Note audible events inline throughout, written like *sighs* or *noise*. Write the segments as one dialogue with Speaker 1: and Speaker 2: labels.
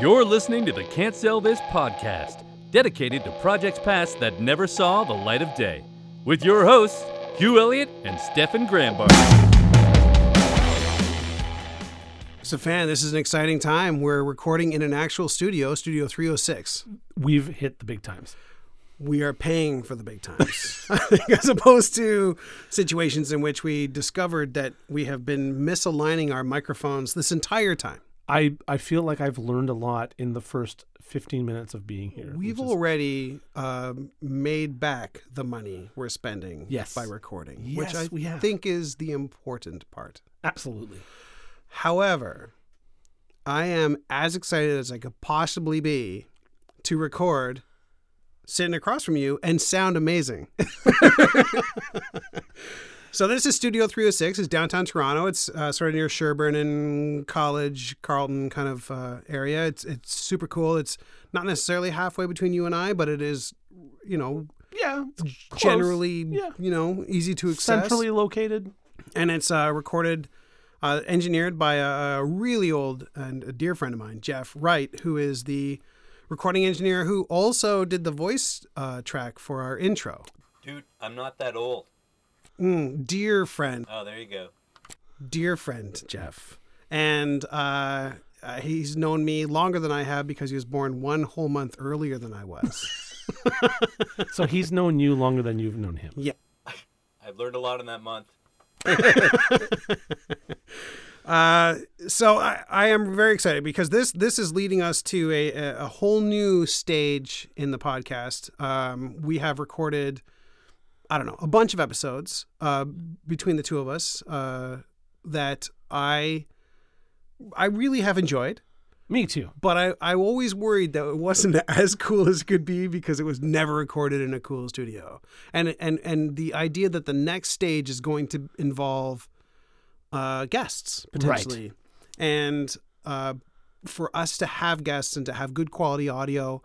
Speaker 1: You're listening to the Can't Sell This podcast, dedicated to projects past that never saw the light of day, with your hosts, Hugh Elliott and Stefan Grambar.
Speaker 2: Safan, this is an exciting time. We're recording in an actual studio, Studio 306.
Speaker 3: We've hit the big times.
Speaker 2: We are paying for the big times,
Speaker 3: *laughs*
Speaker 2: *laughs* I think, as opposed to situations in which we discovered that we have been misaligning our microphones this entire time.
Speaker 3: I, I feel like I've learned a lot in the first 15 minutes of being here.
Speaker 2: We've
Speaker 3: which is-
Speaker 2: already um made back the money we're spending
Speaker 3: Yes.
Speaker 2: by recording, which
Speaker 3: Yes,
Speaker 2: I
Speaker 3: we have.
Speaker 2: think is the important part.
Speaker 3: absolutely.
Speaker 2: However, I am as excited as I could possibly be to record sitting across from you and sound amazing. *laughs* so this is Studio 306. It's downtown Toronto. It's uh, sort of near Sherburne and College, Carlton kind of uh, area. It's it's super cool. It's not necessarily halfway between you and I, but it is, you know,
Speaker 3: Yeah. it's close.
Speaker 2: generally,
Speaker 3: Yeah.
Speaker 2: you know, easy to access
Speaker 3: centrally located.
Speaker 2: and it's uh, recorded, uh, engineered by a, a really old and a dear friend of mine, Jeff Wright, who is the recording engineer who also did the voice uh, track for our intro.
Speaker 4: Dude, I'm not that old.
Speaker 2: Mm, dear friend,
Speaker 4: Oh, there you go.
Speaker 2: dear friend, Jeff, and uh, uh, he's known me longer than I have because he was born one whole month earlier than I was. *laughs*
Speaker 3: So he's known you longer than you've known him.
Speaker 2: yeah.
Speaker 4: I've learned a lot in that month.
Speaker 2: so I, I am very excited because this this is leading us to a, a a whole new stage in the podcast. Um, we have recorded, I don't know, a bunch of episodes uh, between the two of us uh, that I I really have enjoyed.
Speaker 3: Me too.
Speaker 2: But I, I always worried that it wasn't *laughs* as cool as it could be because it was never recorded in a cool studio. And and and the idea that the next stage is going to involve uh, guests potentially, and uh, for us to have guests and to have good quality audio,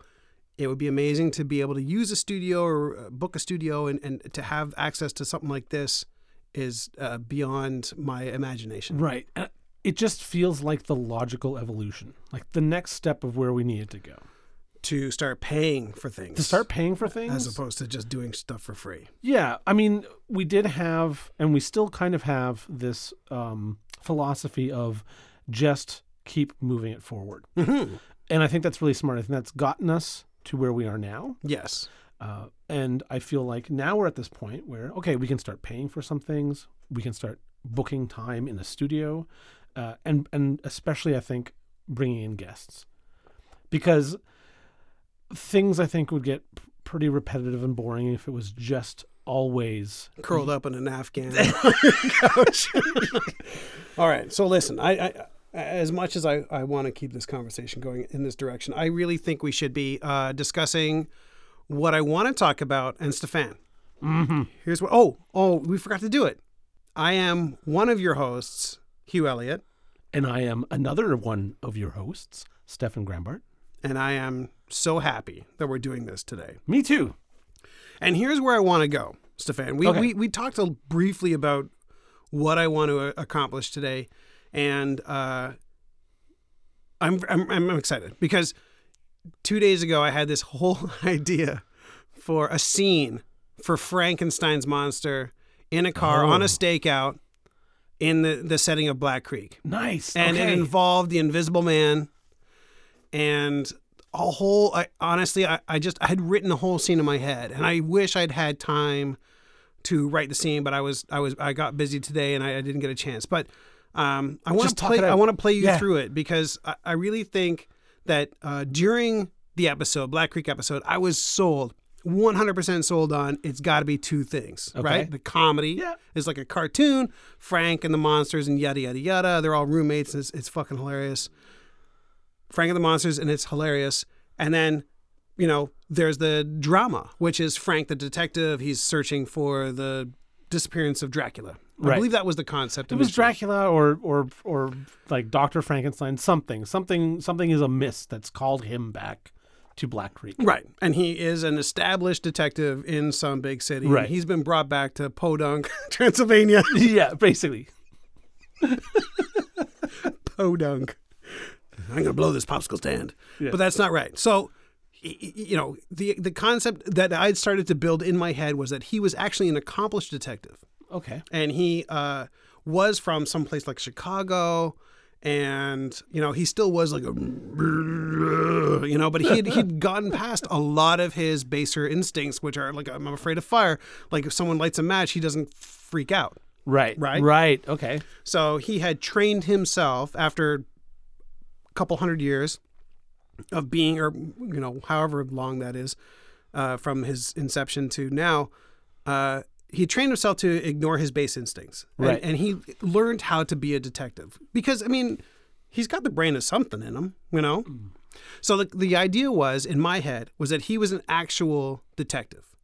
Speaker 2: it would be amazing to be able to use a studio or uh, book a studio and, and to have access to something like this is uh, beyond my imagination.
Speaker 3: Right. And It just feels like the logical evolution, like the next step of where we needed to go.
Speaker 2: To start paying for things.
Speaker 3: To start paying for things.
Speaker 2: as opposed to just doing stuff for free.
Speaker 3: Yeah, I mean, we did have, and we still kind of have this um, philosophy of just keep moving it forward, and I think that's really smart. I think that's gotten us to where we are now,
Speaker 2: Yes.
Speaker 3: uh, and I feel like now we're at this point where okay, we can start paying for some things, we can start booking time in the studio, uh, and and especially I think bringing in guests because things I think would get p- pretty repetitive and boring if it was just always
Speaker 2: Curled up in an Afghan couch. *laughs* All right. So listen, I, I as much as I, I want to keep this conversation going in this direction, I really think we should be uh, discussing what I want to talk about and Stefan. Here's what oh, oh, we forgot to do it. I am one of your hosts, Hugh Elliott,
Speaker 3: And I am another one of your hosts, Stefan Grambart.
Speaker 2: and I am so happy that we're doing this today.
Speaker 3: Me too.
Speaker 2: And here's where I want to go, Stefan. We,
Speaker 3: Okay.
Speaker 2: we, we talked a, briefly about what I want to uh, accomplish today, and uh, I'm, I'm I'm excited because two days ago I had this *laughs* whole idea for a scene for Frankenstein's monster in a car on a stakeout in the, the setting of Black Creek
Speaker 3: Nice.
Speaker 2: and
Speaker 3: okay.
Speaker 2: it involved the Invisible Man and a whole. I honestly, I, I just I had written the whole scene in my head, and I wish I'd had time to write the scene, but I was I was I got busy today and I, I didn't get a chance. But um, I want
Speaker 3: Just
Speaker 2: to
Speaker 3: talk
Speaker 2: play.
Speaker 3: it out.
Speaker 2: I want to play you
Speaker 3: Yeah.
Speaker 2: through it because I, I really think that uh, during the episode, Black Creek episode, I was sold. 100% sold on it's got to be two things, right? The comedy
Speaker 3: Yeah.
Speaker 2: is like a cartoon, Frank and the monsters and yada yada yada. They're all roommates. It's, it's fucking hilarious. Frank and the monsters, and it's hilarious. And then, you know, there's the drama, which is Frank the detective. He's searching for the disappearance of Dracula. I
Speaker 3: Right.
Speaker 2: believe that was the concept.
Speaker 3: It was Dracula or or or like Dr. Frankenstein, something. Something something is amiss that's called him back to
Speaker 2: *laughs*
Speaker 3: Black Creek.
Speaker 2: Right. And he is an established detective in some big city. and
Speaker 3: Right.
Speaker 2: He's been brought back to Podunk, *laughs* Transylvania.
Speaker 3: yeah, basically.
Speaker 2: Podunk. I'm gonna blow this popsicle stand.
Speaker 3: Yeah.
Speaker 2: But that's not right. So, y- y- you know, the the concept that I'd started to build in my head was that he was actually an accomplished detective
Speaker 3: Okay.
Speaker 2: and he uh, was from someplace like Chicago, and you know he still was like a you know, but he'd he'd gotten past a lot of his baser instincts, which are like I'm afraid of fire. Like if someone lights a match, he doesn't freak out.
Speaker 3: Right.
Speaker 2: Right?
Speaker 3: Right. Okay.
Speaker 2: So he had trained himself after a couple hundred years of being, or you know, however long that is, uh, from his inception to now. Uh, he trained himself to ignore his base instincts, And-
Speaker 3: Right.
Speaker 2: And, he learned how to be a detective because, I mean, he's got the brain of something in him, you know. So the the idea was in my head was that he was an actual detective.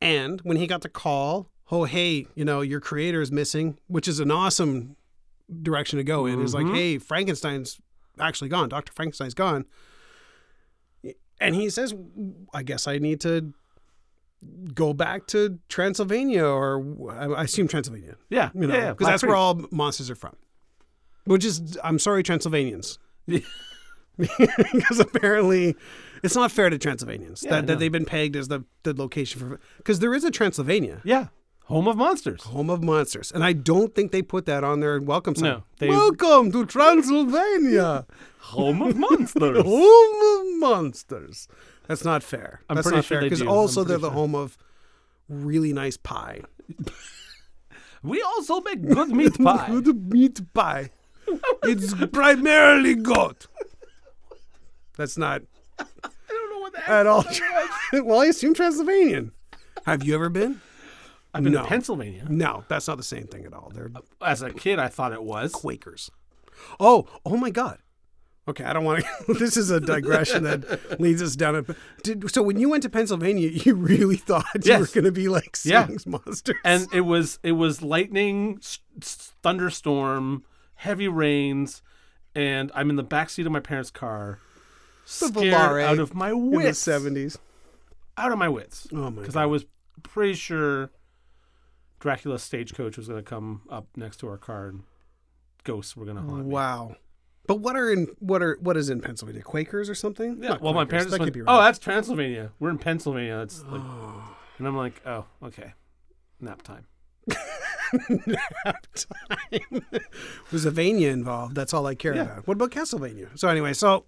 Speaker 2: And when he got the call, oh, hey, you know, your creator is missing, which is an awesome direction to go in, is like, hey, Frankenstein's actually gone. Dr. Frankenstein's gone. And he says, I guess I need to go back to Transylvania or I I assume Transylvania,
Speaker 3: Yeah.
Speaker 2: you know,
Speaker 3: yeah.
Speaker 2: because that's where all monsters are from, which is, I'm sorry, Transylvanians. because apparently it's not fair to Transylvanians that, that
Speaker 3: no.
Speaker 2: they've been pegged as the, the location for because there is a Transylvania
Speaker 3: Yeah. Home
Speaker 2: *laughs*
Speaker 3: of monsters.
Speaker 2: home of monsters and I don't think they put that on their welcome sign.
Speaker 3: No, they-
Speaker 2: Welcome to Transylvania,
Speaker 3: Home of monsters.
Speaker 2: home of monsters. That's not fair.
Speaker 3: I'm
Speaker 2: That's
Speaker 3: pretty
Speaker 2: not
Speaker 3: sure
Speaker 2: fair
Speaker 3: they do. I'm
Speaker 2: also they're
Speaker 3: pretty
Speaker 2: the
Speaker 3: sure.
Speaker 2: home of really nice pie.
Speaker 3: *laughs* we also make good meat *laughs*
Speaker 2: *laughs*
Speaker 3: pie.
Speaker 2: Good meat pie. it's primarily goat. That's not
Speaker 3: I don't know what that.
Speaker 2: at all. *laughs* well, I assume Transylvanian. Have you ever been?
Speaker 3: I've been
Speaker 2: No.
Speaker 3: to Pennsylvania.
Speaker 2: No, that's not the same thing at all. They're
Speaker 3: As a kid, I thought it was.
Speaker 2: Quakers. Oh, oh my God. Okay, I don't want to. *laughs* this is a digression that leads us down a. Did, so when you went to Pennsylvania, *laughs* you really thought you were
Speaker 3: Yes.
Speaker 2: going to be like
Speaker 3: Yeah.
Speaker 2: seeing monsters.
Speaker 3: and it was it was lightning, s- s- thunderstorm, heavy rains, and I'm in the back seat of my parents' car, scared
Speaker 2: Volare
Speaker 3: out of my
Speaker 2: in the
Speaker 3: wits.
Speaker 2: seventies.
Speaker 3: Out of my wits.
Speaker 2: Oh my
Speaker 3: Because I was pretty sure Dracula's stagecoach was going to come up next to our car and ghosts were going to haunt me.
Speaker 2: Wow. But what are in what are what is in Pennsylvania? Quakers or something?
Speaker 3: Yeah,
Speaker 2: Not
Speaker 3: well, my
Speaker 2: Quakers,
Speaker 3: parents
Speaker 2: That
Speaker 3: went,
Speaker 2: could be
Speaker 3: "Oh,
Speaker 2: right.
Speaker 3: that's Transylvania. We're in Pennsylvania." It's like, and I'm like, "Oh, okay, nap time."
Speaker 2: was Avania involved? That's all I care about. What about Castlevania? So anyway, so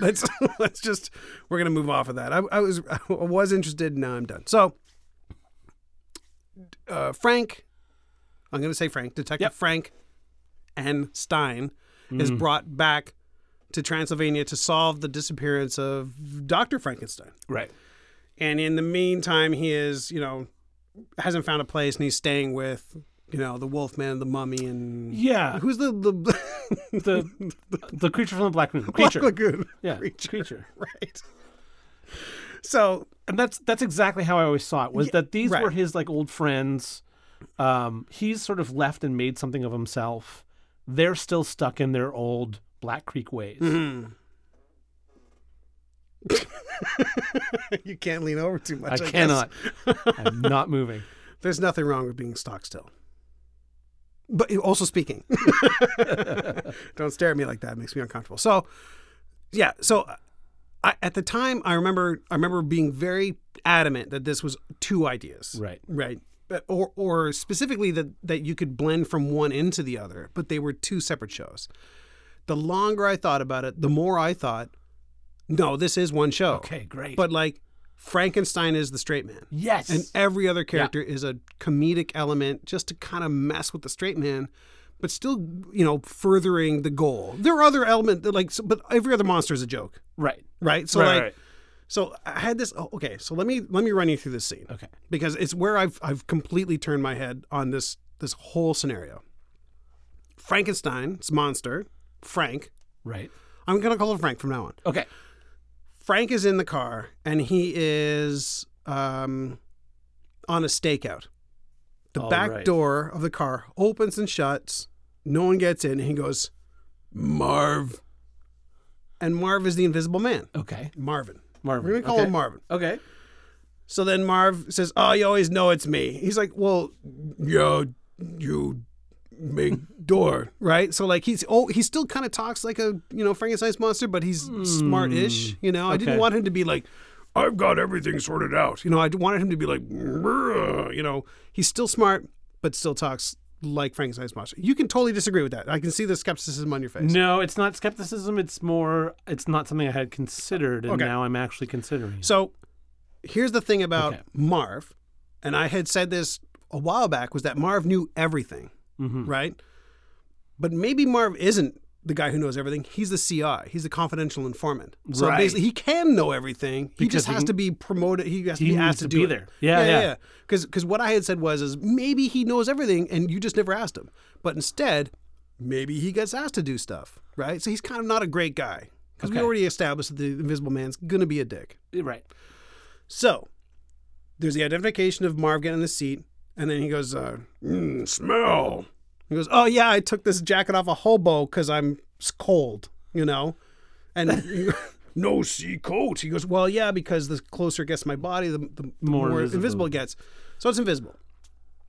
Speaker 2: let's *laughs* let's just we're gonna move off of that. I, I was *laughs* I was interested. Now I'm done. So uh, Frank, I'm gonna say Frank, Detective
Speaker 3: Yep.
Speaker 2: Frank, and Stein is brought back to Transylvania to solve the disappearance of Doctor Frankenstein.
Speaker 3: Right.
Speaker 2: And in the meantime, he is you know hasn't found a place, and he's staying with you know the Wolfman, the Mummy, and *laughs*
Speaker 3: Yeah.
Speaker 2: Who's the the
Speaker 3: The the creature from the Black Lagoon. Creature.
Speaker 2: Black Lagoon?
Speaker 3: yeah.
Speaker 2: creature.
Speaker 3: creature.
Speaker 2: *laughs* right? So *laughs*
Speaker 3: and that's that's exactly how I always saw it was that these
Speaker 2: right.
Speaker 3: were his like old friends. Um, he's sort of left and made something of himself. They're still stuck in their old Black Creek ways.
Speaker 2: you can't lean over too
Speaker 3: I
Speaker 2: much. guess.
Speaker 3: cannot. *laughs* I'm not moving.
Speaker 2: There's nothing wrong with being stock still. But also
Speaker 3: *laughs*
Speaker 2: speaking. *laughs* Don't stare at me like that. It makes me uncomfortable. So, yeah. So, I, at the time, I remember I remember being very adamant that this was two ideas.
Speaker 3: Right.
Speaker 2: Right. But- Or, or specifically that, that you could blend from one into the other, but they were two separate shows. The longer I thought about it, the more I thought, no, this is one show.
Speaker 3: Okay, great.
Speaker 2: But like Frankenstein is the straight man.
Speaker 3: yes,
Speaker 2: And every other character is a comedic element just to kind of mess with the straight man, but still, you know, furthering the goal. There are other elements that like, so, but every other monster is a joke,
Speaker 3: right,
Speaker 2: right? So
Speaker 3: right,
Speaker 2: like,
Speaker 3: right.
Speaker 2: so I had this. Oh, okay, so let me let me run you through this scene
Speaker 3: Okay,
Speaker 2: because it's where I've I've completely turned my head on this this whole scenario. Frankenstein's monster, Frank.
Speaker 3: right,
Speaker 2: I'm gonna call him Frank from now on.
Speaker 3: okay,
Speaker 2: Frank is in the car and he is um, on a stakeout. The
Speaker 3: All
Speaker 2: back
Speaker 3: right.
Speaker 2: door of the car opens and shuts. No one gets in. And he goes, Marv. And Marv is the invisible man.
Speaker 3: okay.
Speaker 2: Marvin.
Speaker 3: Marvin,
Speaker 2: We're going to call
Speaker 3: okay.
Speaker 2: him Marvin.
Speaker 3: Okay,
Speaker 2: So then Marv says, Oh, you always know it's me. He's like, Well, yo, you big door, right? So like he's oh he still kind of talks like a you know Frankenstein's monster, but he's smart-ish. You know, I didn't
Speaker 3: okay.
Speaker 2: want him to be like. I've got everything sorted out. You know, I wanted him to be like, "Bruh," you know, he's still smart, but still talks like Frankenstein's monster. You can totally disagree with that. I can see the skepticism on your face.
Speaker 3: No, it's not skepticism. It's more. It's not something I had considered, and
Speaker 2: Okay.
Speaker 3: now I'm actually considering. it.
Speaker 2: So here's the thing about
Speaker 3: Okay.
Speaker 2: Marv, and I had said this a while back was that Marv knew everything,
Speaker 3: Mm-hmm. Hmm.
Speaker 2: right? But maybe Marv isn't the guy who knows everything. He's the CI. He's the confidential informant. So
Speaker 3: Right.
Speaker 2: basically, he can know everything. he
Speaker 3: Because
Speaker 2: just
Speaker 3: he
Speaker 2: has
Speaker 3: can-
Speaker 2: to be promoted. He has to
Speaker 3: he
Speaker 2: be asked
Speaker 3: needs
Speaker 2: to,
Speaker 3: to
Speaker 2: do
Speaker 3: be
Speaker 2: it.
Speaker 3: there. Yeah, yeah.
Speaker 2: Because because what I had said was is maybe he knows everything, and you just never asked him. But instead, maybe he gets asked to do stuff, right? So he's kind of not a great guy. Because we
Speaker 3: Okay.
Speaker 2: already established that the Invisible Man's gonna be a dick.
Speaker 3: right.
Speaker 2: So there's the identification of Marv getting in the seat, and then he goes, uh, "Mm, smell. He goes, oh yeah, I took this jacket off a hobo because I'm s- cold, you know? And he- *laughs* no sea coat. He goes, well, yeah, because the closer it gets to my body, the, the, the more,
Speaker 3: More
Speaker 2: invisible.
Speaker 3: invisible.
Speaker 2: it gets. So it's invisible. *laughs*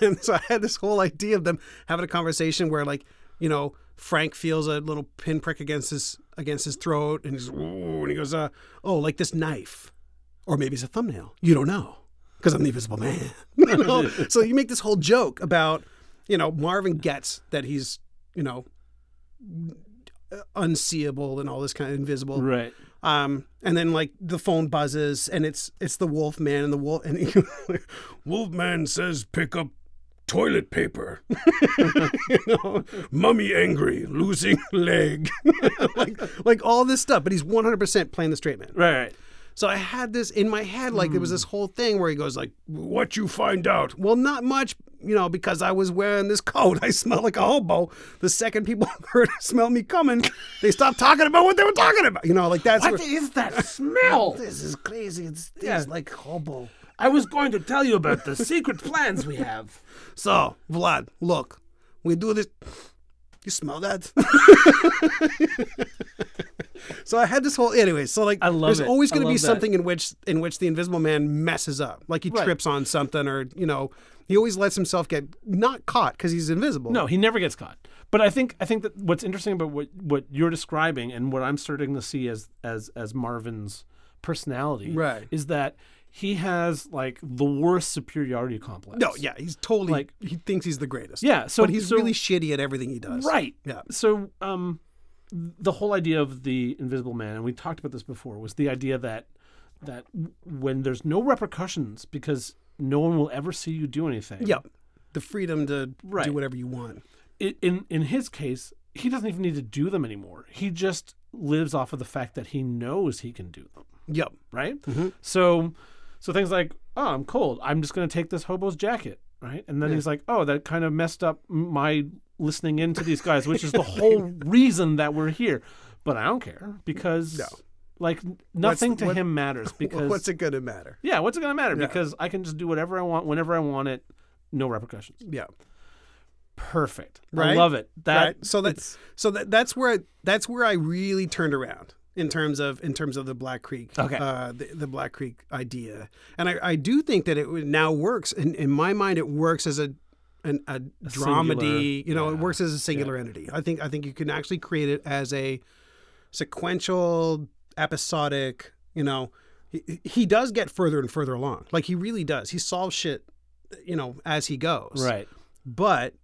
Speaker 2: and so I had this whole idea of them having a conversation where like, you know, Frank feels a little pinprick against his against his throat and he's Ooh, and he goes, uh, oh, like this knife or maybe it's a thumbnail. You don't know because I'm the Invisible Man. *laughs* You know? so you make this whole joke about, you know, Marvin gets that he's, you know, unseeable and all this kind of invisible.
Speaker 3: Right.
Speaker 2: Um, and then like the phone buzzes and it's it's the Wolf Man and the Wolf and he, Wolf Man says pick up toilet paper. *laughs* you know, mummy angry, losing *laughs* leg, like like all this stuff. But he's 100% playing the straight man.
Speaker 3: Right. Right.
Speaker 2: So I had this in my head, like there was this whole thing where he goes like, "What you find out? Well, not much, you know, because I was wearing this *laughs* coat. I smell like a hobo. The second people *laughs* heard smell me coming, they stopped talking about what they were talking about. You know, like that's
Speaker 3: What
Speaker 2: where-
Speaker 3: is that smell?
Speaker 2: this is crazy. It's tastes
Speaker 3: Yeah.
Speaker 2: like hobo.
Speaker 3: *laughs* I was going to tell you about the secret plans we have.
Speaker 2: So Vlad, look, we do this. You smell that? *laughs* so I had this whole anyway. So like,
Speaker 3: I love
Speaker 2: there's
Speaker 3: it.
Speaker 2: always
Speaker 3: I
Speaker 2: going to be
Speaker 3: love that.
Speaker 2: something in which in which the Invisible Man messes up, like he
Speaker 3: Right.
Speaker 2: trips on something, or you know, he always lets himself get not caught because he's invisible.
Speaker 3: No, he never gets caught. But I think I think that what's interesting about what, what you're describing and what I'm starting to see as as as Marvin's personality
Speaker 2: Right.
Speaker 3: is that he has like the worst superiority complex.
Speaker 2: no, yeah, he's totally
Speaker 3: Like-
Speaker 2: he thinks he's the greatest.
Speaker 3: Yeah, so-
Speaker 2: but he's
Speaker 3: so-
Speaker 2: really shitty at everything he does.
Speaker 3: Right.
Speaker 2: Yeah.
Speaker 3: So um the whole idea of the invisible man and we talked about this before was the idea that that when there's no repercussions because no one will ever see you do anything.
Speaker 2: Yep. The freedom to
Speaker 3: Right.
Speaker 2: do whatever you want.
Speaker 3: i- in in his case, he doesn't even need to do them anymore. He just lives off of the fact that he knows he can do them,
Speaker 2: Yep.
Speaker 3: right?
Speaker 2: Mm-hmm.
Speaker 3: So, so things like, oh, I'm cold. I'm just going to take this hobo's jacket, right? And then he's like, oh, that kind of messed up m- my listening
Speaker 2: *laughs*
Speaker 3: into these guys, which is the whole reason that we're here. But I don't care because, like, n- nothing to
Speaker 2: what-
Speaker 3: him
Speaker 2: *laughs*
Speaker 3: matters because
Speaker 2: What's it going to matter?
Speaker 3: yeah, what's it going to matter? Because I can just do whatever I want whenever I want it. No repercussions.
Speaker 2: Yeah.
Speaker 3: Perfect. I
Speaker 2: Right?
Speaker 3: love it. That
Speaker 2: right? So that's so that, that's where that's where I really turned around in terms of in terms of the Black Creek,
Speaker 3: Okay.
Speaker 2: uh, the, the Black Creek idea, and I, I do think that it would- now works. In, in my mind, it works as a an, a, dramedy.
Speaker 3: singular-
Speaker 2: you know, it
Speaker 3: yeah,
Speaker 2: works as a singular entity. I think I think you can actually create it as a sequential, episodic. You know, he, he does get further and further along. Like he really does. He solves shit. You know, as he goes,
Speaker 3: Right.
Speaker 2: but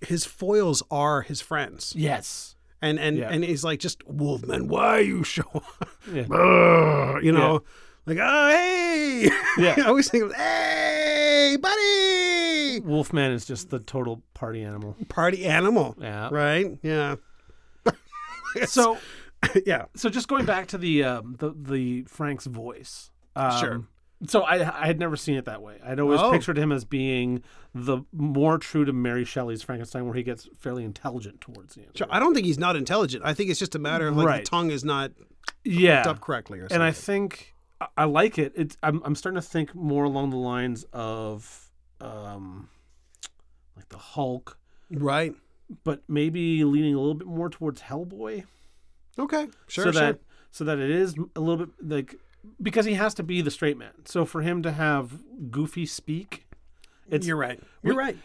Speaker 2: his foils are his friends.
Speaker 3: Yes.
Speaker 2: And and
Speaker 3: Yeah.
Speaker 2: and he's like just Wolfman, why you show up? *laughs*
Speaker 3: Yeah.
Speaker 2: Brr, you know, like oh hey, *laughs*
Speaker 3: Yeah.
Speaker 2: I always think of hey buddy,
Speaker 3: Wolfman is just the total party animal.
Speaker 2: party animal,
Speaker 3: Yeah.
Speaker 2: right? Yeah, *laughs*
Speaker 3: *laughs* So
Speaker 2: yeah,
Speaker 3: so just going back to the um, the the Frank's voice. Um,
Speaker 2: Sure.
Speaker 3: So I I had never seen it that way. I'd always
Speaker 2: Oh.
Speaker 3: pictured him as being the more true to Mary Shelley's Frankenstein, where he gets fairly intelligent towards the end.
Speaker 2: sure. I don't think he's not intelligent. I think it's just a matter of like
Speaker 3: Right.
Speaker 2: the tongue is not
Speaker 3: Yeah.
Speaker 2: up correctly or something.
Speaker 3: and I think I- I like it. It's I'm I'm starting to think more along the lines of um like the Hulk,
Speaker 2: right?
Speaker 3: but maybe leaning a little bit more towards Hellboy.
Speaker 2: Okay, sure, sure.
Speaker 3: so that so that it is a little bit like because he has to be the straight man. So for him to have goofy speak, it's
Speaker 2: You're right. You're right.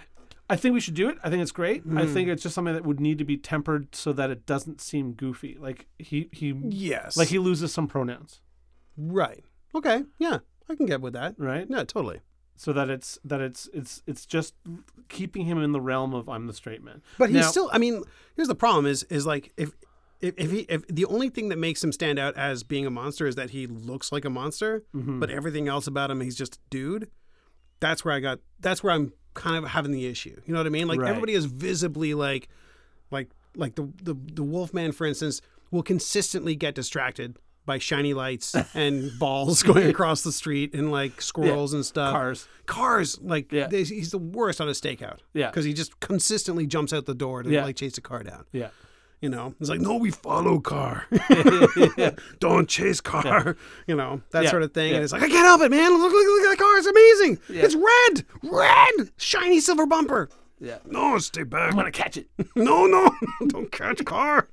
Speaker 3: I think we should do it. I think it's great. I
Speaker 2: Hmm.
Speaker 3: think it's just something that would need to be tempered so that it doesn't seem goofy. Like he he
Speaker 2: Yes.
Speaker 3: like he loses some pronouns,
Speaker 2: Right. Okay. Yeah. I can get with that.
Speaker 3: right?
Speaker 2: Yeah, totally.
Speaker 3: So that it's that it's it's it's just keeping him in the realm of I'm the straight man.
Speaker 2: But he's
Speaker 3: Now-
Speaker 2: still. I mean, here's the problem: is is like if if, if he if the only thing that makes him stand out as being a monster is that he looks like a monster,
Speaker 3: Mm-hmm.
Speaker 2: but everything else about him, he's just a dude. That's where I got. That's where I'm kind of having the issue. You know what I mean? Like
Speaker 3: Right.
Speaker 2: everybody is visibly like, like like the the the Wolfman, for instance, will consistently get distracted by shiny
Speaker 3: *laughs*
Speaker 2: lights and balls going across the street and like squirrels and stuff
Speaker 3: Cars.
Speaker 2: cars like
Speaker 3: Yeah.
Speaker 2: they, he's the worst on a stakeout
Speaker 3: Yeah.
Speaker 2: because he just consistently jumps out the door to
Speaker 3: Yeah.
Speaker 2: like chase a car down
Speaker 3: Yeah.
Speaker 2: you know it's like no we follow
Speaker 3: *laughs*
Speaker 2: car *laughs* don't chase car you know that
Speaker 3: Yeah.
Speaker 2: sort of thing
Speaker 3: Yeah.
Speaker 2: and it's like i can't help it man look look, look at the car it's amazing it's red red shiny silver bumper
Speaker 3: Yeah.
Speaker 2: no stay back
Speaker 3: gonna catch it.
Speaker 2: no no don't catch car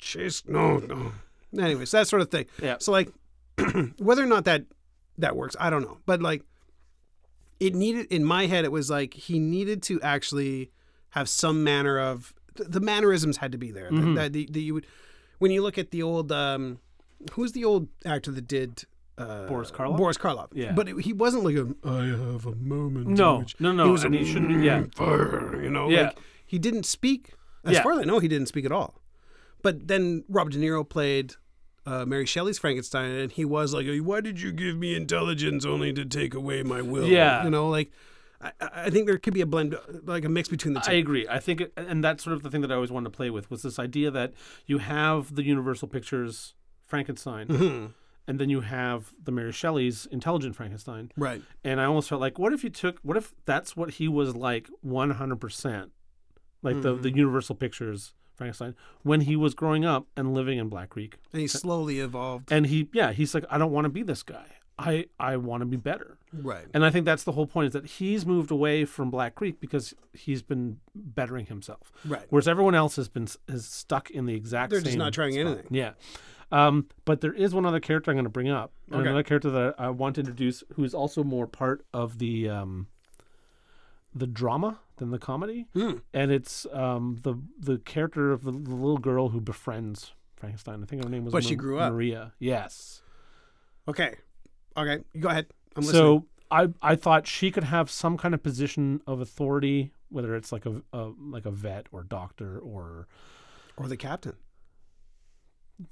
Speaker 2: chase no no anyways that sort of thing
Speaker 3: Yeah.
Speaker 2: so like *clears throat* whether or not that that works, I don't know. But like it needed in my head it was like he needed to actually have some manner of th- the mannerisms had to be there.
Speaker 3: Mm-hmm.
Speaker 2: That, that, that you would when you look at the old um who's the old actor that did uh,
Speaker 3: Boris Karloff?
Speaker 2: Boris Karloff.
Speaker 3: Yeah.
Speaker 2: But it- he wasn't like a I have a moment. in
Speaker 3: No,
Speaker 2: which-"
Speaker 3: no,
Speaker 2: He
Speaker 3: no.
Speaker 2: was
Speaker 3: Oh, and
Speaker 2: a-
Speaker 3: he shouldn't. be- Yeah,
Speaker 2: fire, you know.
Speaker 3: Yeah.
Speaker 2: Like, he didn't speak. As
Speaker 3: Yeah.
Speaker 2: far as I know, he didn't speak at all. But then Robert De Niro played uh, Mary Shelley's Frankenstein, and he was like, "Why did you give me intelligence only to take away my will?"
Speaker 3: Yeah.
Speaker 2: you know, like I, I I think there could be a blend, like a mix between the two.
Speaker 3: I agree. I think, it, and that's sort of the thing that I always wanted to play with was this idea that you have the Universal Pictures Frankenstein,
Speaker 2: Mm. Mm-hmm.
Speaker 3: and then you have the Mary Shelley's Intelligent Frankenstein.
Speaker 2: right.
Speaker 3: And I almost felt like, what if you took, what if that's what he was like 100%, like the, the Universal Pictures Frankenstein, when he was growing up and living in Black Creek?
Speaker 2: And he slowly evolved.
Speaker 3: And he, yeah, he's like, I don't want to be this guy. I, I want to be better.
Speaker 2: Right.
Speaker 3: And I think that's the whole point is that he's moved away from Black Creek because he's been bettering himself.
Speaker 2: Right.
Speaker 3: Whereas everyone else has been s- is stuck in the exact
Speaker 2: They're
Speaker 3: same
Speaker 2: just not trying
Speaker 3: spot.
Speaker 2: anything.
Speaker 3: Yeah. Um, but there is one other character I'm going to bring up. and
Speaker 2: Okay.
Speaker 3: Another character that I want to introduce who is also more part of the um, the drama than the comedy.
Speaker 2: Hmm.
Speaker 3: And it's um, the the character of the, the little girl who befriends Frankenstein. I think her name was
Speaker 2: But she grew up.
Speaker 3: Maria. Yes.
Speaker 2: Okay. Okay. You go ahead. I'm listening.
Speaker 3: So I I thought she could have some kind of position of authority, whether it's like a, a like a vet or doctor or
Speaker 2: or the captain.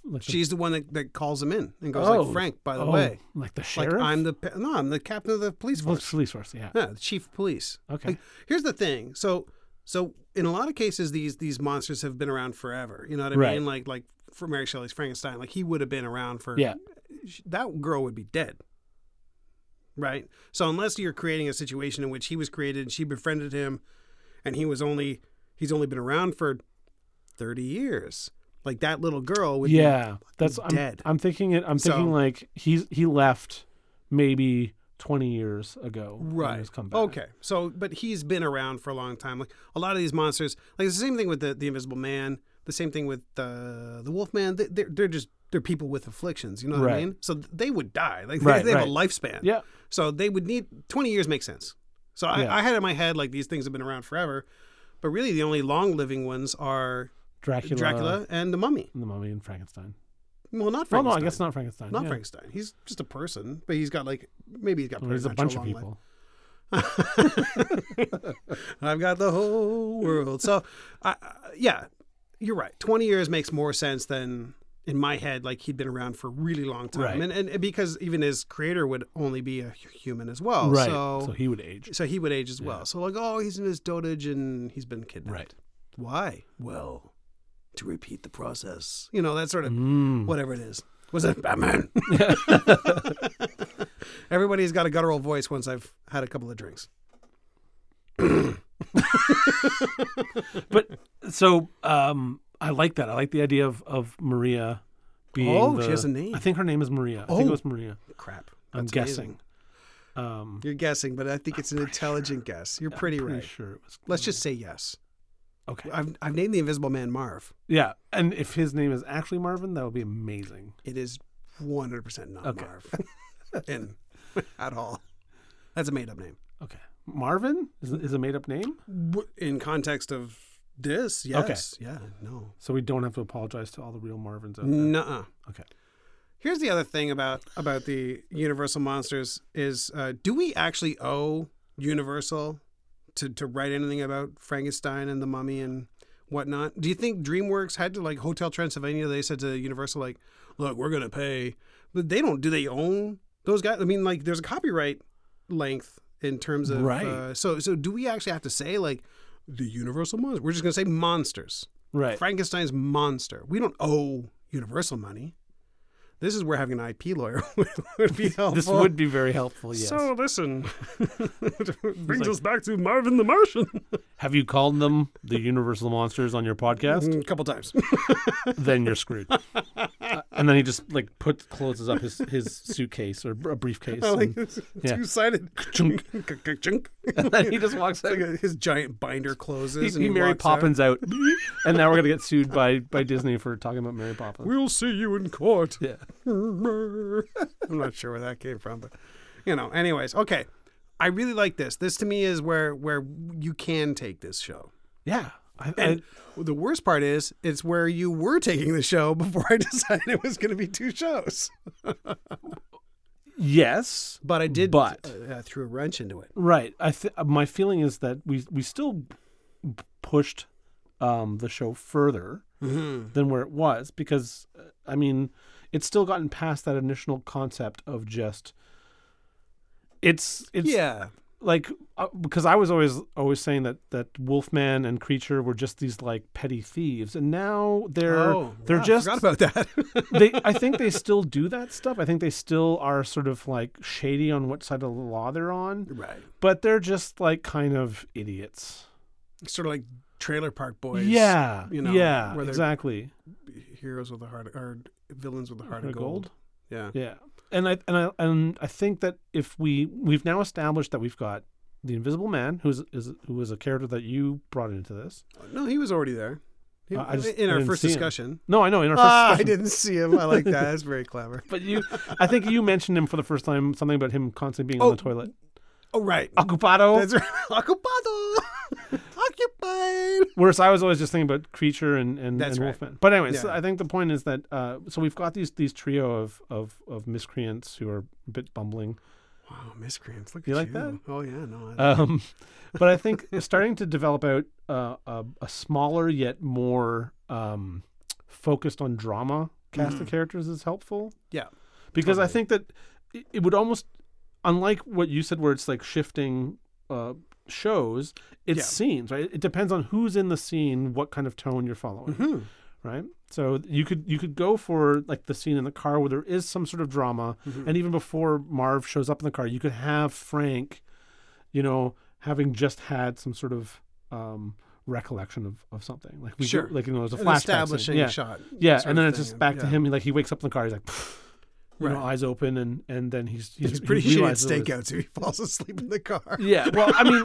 Speaker 3: like
Speaker 2: She's the one that, that calls him in and
Speaker 3: the,
Speaker 2: goes
Speaker 3: Oh,
Speaker 2: like, "Frank, by the
Speaker 3: oh,
Speaker 2: way,
Speaker 3: like the
Speaker 2: like
Speaker 3: sheriff.
Speaker 2: I'm the pa- no, I'm the captain of the police
Speaker 3: Well,
Speaker 2: force."
Speaker 3: police force. Yeah.
Speaker 2: Yeah, the chief of police.
Speaker 3: Okay.
Speaker 2: Like, here's the thing. So, so in a lot of cases, these these monsters have been around forever. You know what I
Speaker 3: Right.
Speaker 2: mean? Like like for Mary Shelley's Frankenstein, like he would have been around for.
Speaker 3: Yeah.
Speaker 2: sh- That girl would be dead. Right. So unless you're creating a situation in which he was created and she befriended him, and he was only he's only been around for thirty years. Like that little girl would be
Speaker 3: Yeah. That's I'm,
Speaker 2: dead.
Speaker 3: I'm thinking it. I'm thinking
Speaker 2: So-
Speaker 3: like he's he left maybe 20 years ago. and
Speaker 2: Right.
Speaker 3: Has come back.
Speaker 2: Okay. So, but he's been around for a long time. Like a lot of these monsters, like it's the same thing with the, the Invisible Man. The same thing with uh, the Wolfman. They, they're they're just they're people with afflictions. You know what I
Speaker 3: Right.
Speaker 2: mean? So they would die. Like they,
Speaker 3: Right,
Speaker 2: they have a
Speaker 3: right.
Speaker 2: lifespan.
Speaker 3: Yeah.
Speaker 2: So they would need twenty years. Makes sense. So I,
Speaker 3: Yeah.
Speaker 2: I had in my head like these things have been around forever, but really the only long living ones are
Speaker 3: Dracula.
Speaker 2: Dracula and the Mummy.
Speaker 3: And the Mummy and Frankenstein.
Speaker 2: Well, not
Speaker 3: Oh no,
Speaker 2: Frankenstein.
Speaker 3: I guess not Frankenstein.
Speaker 2: Not
Speaker 3: yeah.
Speaker 2: Frankenstein. He's just a person, but he's got like maybe he's got.
Speaker 3: There's a
Speaker 2: pretty
Speaker 3: bunch
Speaker 2: much
Speaker 3: of
Speaker 2: long life.
Speaker 3: people.
Speaker 2: I've got the whole world. So, I, I- yeah, you're right. 20 years makes more sense than in my head, like he'd been around for a really long time. And,
Speaker 3: Right.
Speaker 2: and because even his creator would only be a hu- human as well.
Speaker 3: Right.
Speaker 2: Oh, So, so, he,
Speaker 3: he would age.
Speaker 2: would age as well. So, like, oh, he's in his dotage and he's been kidnapped.
Speaker 3: Right.
Speaker 2: Why? Well, to repeat the process, you know, that sort of
Speaker 3: Mm.
Speaker 2: whatever it is. Was it Batman?
Speaker 3: *laughs*
Speaker 2: Everybody's got a guttural voice once I've had a couple of drinks.
Speaker 3: but so um, I like that. I like the idea of, of Maria being.
Speaker 2: Oh, she
Speaker 3: the-
Speaker 2: has a name.
Speaker 3: I think her name is Maria. I think
Speaker 2: Oh.
Speaker 3: it was Maria.
Speaker 2: Crap.
Speaker 3: I'm
Speaker 2: That's amazing.
Speaker 3: guessing. Um,
Speaker 2: You're guessing, but I think it's an intelligent guess. You're pretty,
Speaker 3: I'm
Speaker 2: right.
Speaker 3: Sure, it was.
Speaker 2: Let's just say yes.
Speaker 3: Okay.
Speaker 2: I've, I've named the Invisible Man Marv.
Speaker 3: uh, Yeah, and if his name is actually Marvin, that would be amazing.
Speaker 2: It is 100% not
Speaker 3: Okay.
Speaker 2: *laughs* Marv. in at all. That's a made up name.
Speaker 3: Okay. Marvin is, is a made up name,
Speaker 2: W- In context of this, yes. Yeah, no.
Speaker 3: so we don't have to apologize to all the real Marvins out there.
Speaker 2: Nuh-uh.
Speaker 3: Okay.
Speaker 2: Here's the other thing about about the Universal monsters is uh, do we actually owe Universal to to write anything about Frankenstein and the Mummy and whatnot? Do you think DreamWorks had to like Hotel Transylvania? They said to Universal like, look, we're gonna pay, but they don't. Do they own those guys? I mean, like, there's a copyright length in terms of
Speaker 3: Right.
Speaker 2: Uh, so so do we actually have to say like the Universal monsters? We're just gonna say monsters.
Speaker 3: Right.
Speaker 2: Frankenstein's monster. We don't owe Universal money. This is where having an IP lawyer *laughs* would, would be helpful.
Speaker 3: this would be very helpful. Yes.
Speaker 2: So listen, *laughs* brings us back to Marvin the Martian
Speaker 3: have you called them the Universal Monsters on your podcast?
Speaker 2: *laughs* a couple
Speaker 3: *laughs*
Speaker 2: times.
Speaker 3: then you're screwed. Uh, and then he just like puts closes up his his suitcase or a
Speaker 2: *laughs*
Speaker 3: briefcase.
Speaker 2: like
Speaker 3: and- Yeah.
Speaker 2: two sided. *laughs*
Speaker 3: Chunk. *laughs* and then he just walks out.
Speaker 2: uh, His giant binder closes.
Speaker 3: He,
Speaker 2: and
Speaker 3: he Mary
Speaker 2: walks out.
Speaker 3: Poppins out. and now we're gonna get sued by by Disney for talking about Mary Poppins.
Speaker 2: We'll see you in court.
Speaker 3: yeah.
Speaker 2: *laughs* I'm not sure where that came from, but you know. Anyways, okay. I really like this. This to me is where where you can take this show.
Speaker 3: Yeah. I,
Speaker 2: And the worst part is, it's where you were taking the show before I *laughs* decided it was going to be two shows.
Speaker 3: I- yes.
Speaker 2: But I did.
Speaker 3: But-
Speaker 2: uh, I threw a wrench into it.
Speaker 3: Right. I th- my feeling is that we we still pushed um, the show further
Speaker 2: Mm-hmm.
Speaker 3: than where it was because uh, I mean it's still gotten past that initial concept of just it's it's
Speaker 2: Yeah,
Speaker 3: like uh, because I was always always saying that that Wolfman and Creature were just these like petty thieves and now they're they're
Speaker 2: Oh, wow, I
Speaker 3: just
Speaker 2: forgot about that. *laughs*
Speaker 3: *laughs* they I think they still do that stuff I think they still are sort of like shady on what side of the law they're on
Speaker 2: right,
Speaker 3: but they're just like kind of idiots.
Speaker 2: sort of like Trailer Park Boys.
Speaker 3: yeah,
Speaker 2: you know,
Speaker 3: yeah,
Speaker 2: where they're
Speaker 3: exactly.
Speaker 2: heroes with a heart or villains with a heart
Speaker 3: Heart
Speaker 2: of
Speaker 3: of
Speaker 2: gold. Yeah,
Speaker 3: Yeah, and I and I and I think that if we we've now established that we've got the Invisible Man, who's is who is a character that you brought into this.
Speaker 2: no, he was already there. He-
Speaker 3: Uh, I just-
Speaker 2: in
Speaker 3: I
Speaker 2: our
Speaker 3: didn't
Speaker 2: first
Speaker 3: see him.
Speaker 2: discussion.
Speaker 3: No, I know in our first
Speaker 2: Ah, I
Speaker 3: discussion,
Speaker 2: didn't see him. I like that. That's very clever.
Speaker 3: *laughs* but you, I think you mentioned him for the first time. Something about him constantly being on the
Speaker 2: Oh.
Speaker 3: toilet.
Speaker 2: *laughs* Oh, right.
Speaker 3: Ocupado.
Speaker 2: That's right. *laughs* Ocupado. *laughs* Occupied.
Speaker 3: Whereas I was always just thinking about creature and and,
Speaker 2: That's
Speaker 3: and
Speaker 2: right.
Speaker 3: Wolfman. But anyways, so
Speaker 2: Yeah.
Speaker 3: I think the point is that uh, so we've got these these trio of of of miscreants who are a bit bumbling.
Speaker 2: Wow, miscreants. Look
Speaker 3: You
Speaker 2: at
Speaker 3: like
Speaker 2: you.
Speaker 3: that?
Speaker 2: Oh, yeah. No, I,
Speaker 3: *laughs* um, but I think starting to develop out uh, a, a smaller yet more um, focused on drama cast of characters is helpful
Speaker 2: Mm. yeah.
Speaker 3: because I
Speaker 2: Totally.
Speaker 3: think that it, it would almost, unlike what you said, where it's like shifting uh, shows, it's
Speaker 2: Yeah.
Speaker 3: scenes, right? It depends on who's in the scene, what kind of tone you're following, right? So you could you could go for like the scene in the car where there is some sort of drama,
Speaker 2: Mm-hmm.
Speaker 3: and even before Marv shows up in the car, you could have Frank, you know, having just had some sort of um, recollection of, of something, like we
Speaker 2: Sure.
Speaker 3: like you know, there's a
Speaker 2: An
Speaker 3: flashback scene.
Speaker 2: establishing
Speaker 3: yeah.
Speaker 2: shot.
Speaker 3: Yeah,
Speaker 2: sort
Speaker 3: and
Speaker 2: of
Speaker 3: then it's
Speaker 2: thing.
Speaker 3: just back to
Speaker 2: Yeah.
Speaker 3: him. He, like he wakes up in the car. He's like, *sighs* you know,
Speaker 2: Right.
Speaker 3: eyes open, and and then he's he's,
Speaker 2: He's pretty
Speaker 3: he
Speaker 2: shitty at
Speaker 3: realizes it was-
Speaker 2: stakeouts if he falls asleep in the car.
Speaker 3: Yeah, well, I mean,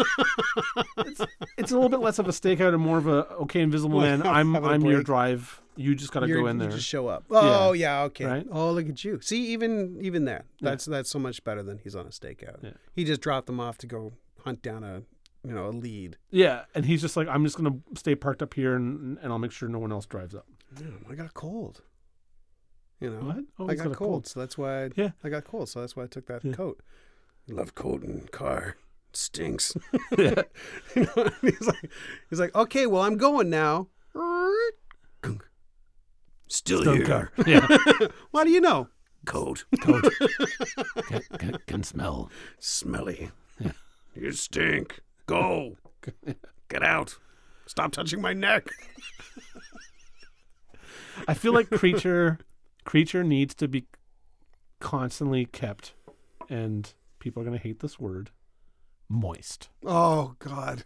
Speaker 3: it's, it's a little bit less of a stakeout and more of a okay, Invisible
Speaker 2: Well,
Speaker 3: Man.
Speaker 2: *laughs*
Speaker 3: I'm
Speaker 2: having a
Speaker 3: I'm your
Speaker 2: break.
Speaker 3: drive. You just got to
Speaker 2: You're-
Speaker 3: go in
Speaker 2: you
Speaker 3: there.
Speaker 2: just show up. Oh yeah, okay.
Speaker 3: Right?
Speaker 2: Oh look at you. See, even even there, that's that's so much better than he's on a stakeout.
Speaker 3: Yeah.
Speaker 2: He just dropped them off to go hunt down a you know a lead.
Speaker 3: Yeah, and he's just like, I'm just gonna stay parked up here, and and I'll make sure no one else drives up.
Speaker 2: Damn, I got cold. You know,
Speaker 3: What? Oh,
Speaker 2: I
Speaker 3: he's
Speaker 2: got
Speaker 3: got
Speaker 2: cold,
Speaker 3: a cold.
Speaker 2: so that's why. I,
Speaker 3: Yeah.
Speaker 2: I got cold, so that's why I took that
Speaker 3: Yeah.
Speaker 2: coat. Love coat and car. It stinks.
Speaker 3: Yeah.
Speaker 2: *laughs* you know, and he's like, he's like, okay, well, I'm going now. Still, here.
Speaker 3: *laughs* Yeah,
Speaker 2: *laughs* Why do you know? Coat.
Speaker 3: cold. can, can, can smell.
Speaker 2: Smelly. You stink. Go. Get out. Stop touching my neck.
Speaker 3: I feel like creature creature needs to be constantly kept, and people are gonna hate this word, moist.
Speaker 2: Oh God.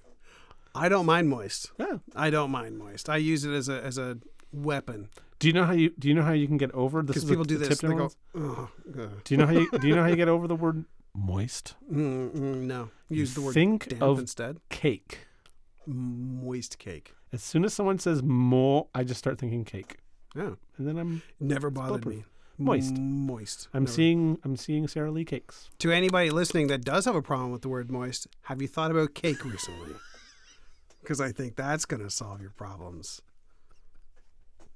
Speaker 2: I don't mind moist.
Speaker 3: Yeah.
Speaker 2: I don't mind moist. I use it as a as a weapon
Speaker 3: Do you know how you do you know how you can get over this?
Speaker 2: because
Speaker 3: is a
Speaker 2: people do this.
Speaker 3: tip to
Speaker 2: They go,
Speaker 3: everyone's-
Speaker 2: oh, God.
Speaker 3: Do you know how you do you know how you get over the word
Speaker 2: *laughs*
Speaker 3: moist?
Speaker 2: Mm, mm, no. Use the word
Speaker 3: think
Speaker 2: damp
Speaker 3: of-
Speaker 2: instead.
Speaker 3: Cake.
Speaker 2: Moist cake.
Speaker 3: As soon as someone says more, I just start thinking cake,
Speaker 2: Yeah.
Speaker 3: and then I'm
Speaker 2: Never bothered
Speaker 3: bulletproof.
Speaker 2: me.
Speaker 3: Moist.
Speaker 2: Moist.
Speaker 3: I'm
Speaker 2: Never-
Speaker 3: seeing I'm seeing Sara Lee cakes.
Speaker 2: To anybody listening that does have a problem with the word moist, have you thought about cake recently? *laughs* Because I think that's going to solve your problems.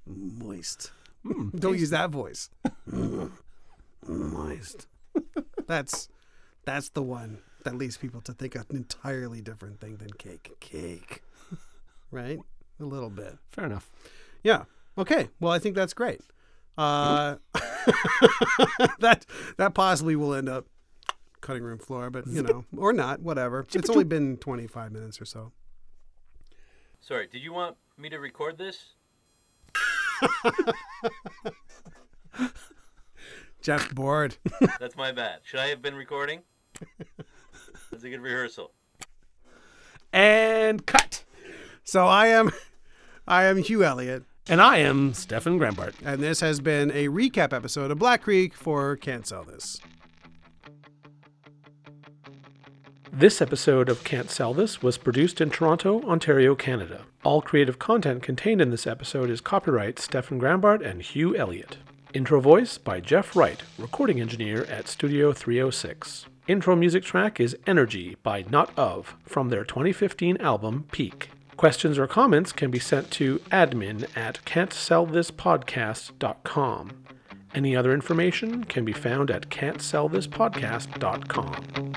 Speaker 2: Moist. Don't use that voice. *laughs* moist. That's that's the one that leads people to think an entirely different thing than cake. Cake. Right? A little bit.
Speaker 3: Fair enough.
Speaker 2: Yeah. Okay. Well, I think that's great. Uh, *laughs* that that possibly will end up cutting room floor, but you know, or not, whatever. It's only been 25 minutes or so.
Speaker 4: Sorry, did you want me to record this?
Speaker 2: Jeff's bored.
Speaker 4: That's my bad. Should I have been recording? That's a good rehearsal.
Speaker 3: And cut.
Speaker 2: So I am, I am Hugh Elliott,
Speaker 3: And I am Stefan Grambart.
Speaker 2: and this has been a recap episode of Black Creek for Can't Sell This.
Speaker 3: This episode of Can't Sell This was produced in Toronto, Ontario, Canada. All creative content contained in this episode is copyright Stefan Grambart and Hugh Elliott. Intro voice by Jeff Wright, recording engineer at Studio 306. Intro music track is Energy by Not Of from their 2015 album Peak. Questions or comments can be sent to admin at can'tsellthispodcast.com. Any other information can be found at can'tsellthispodcast.com.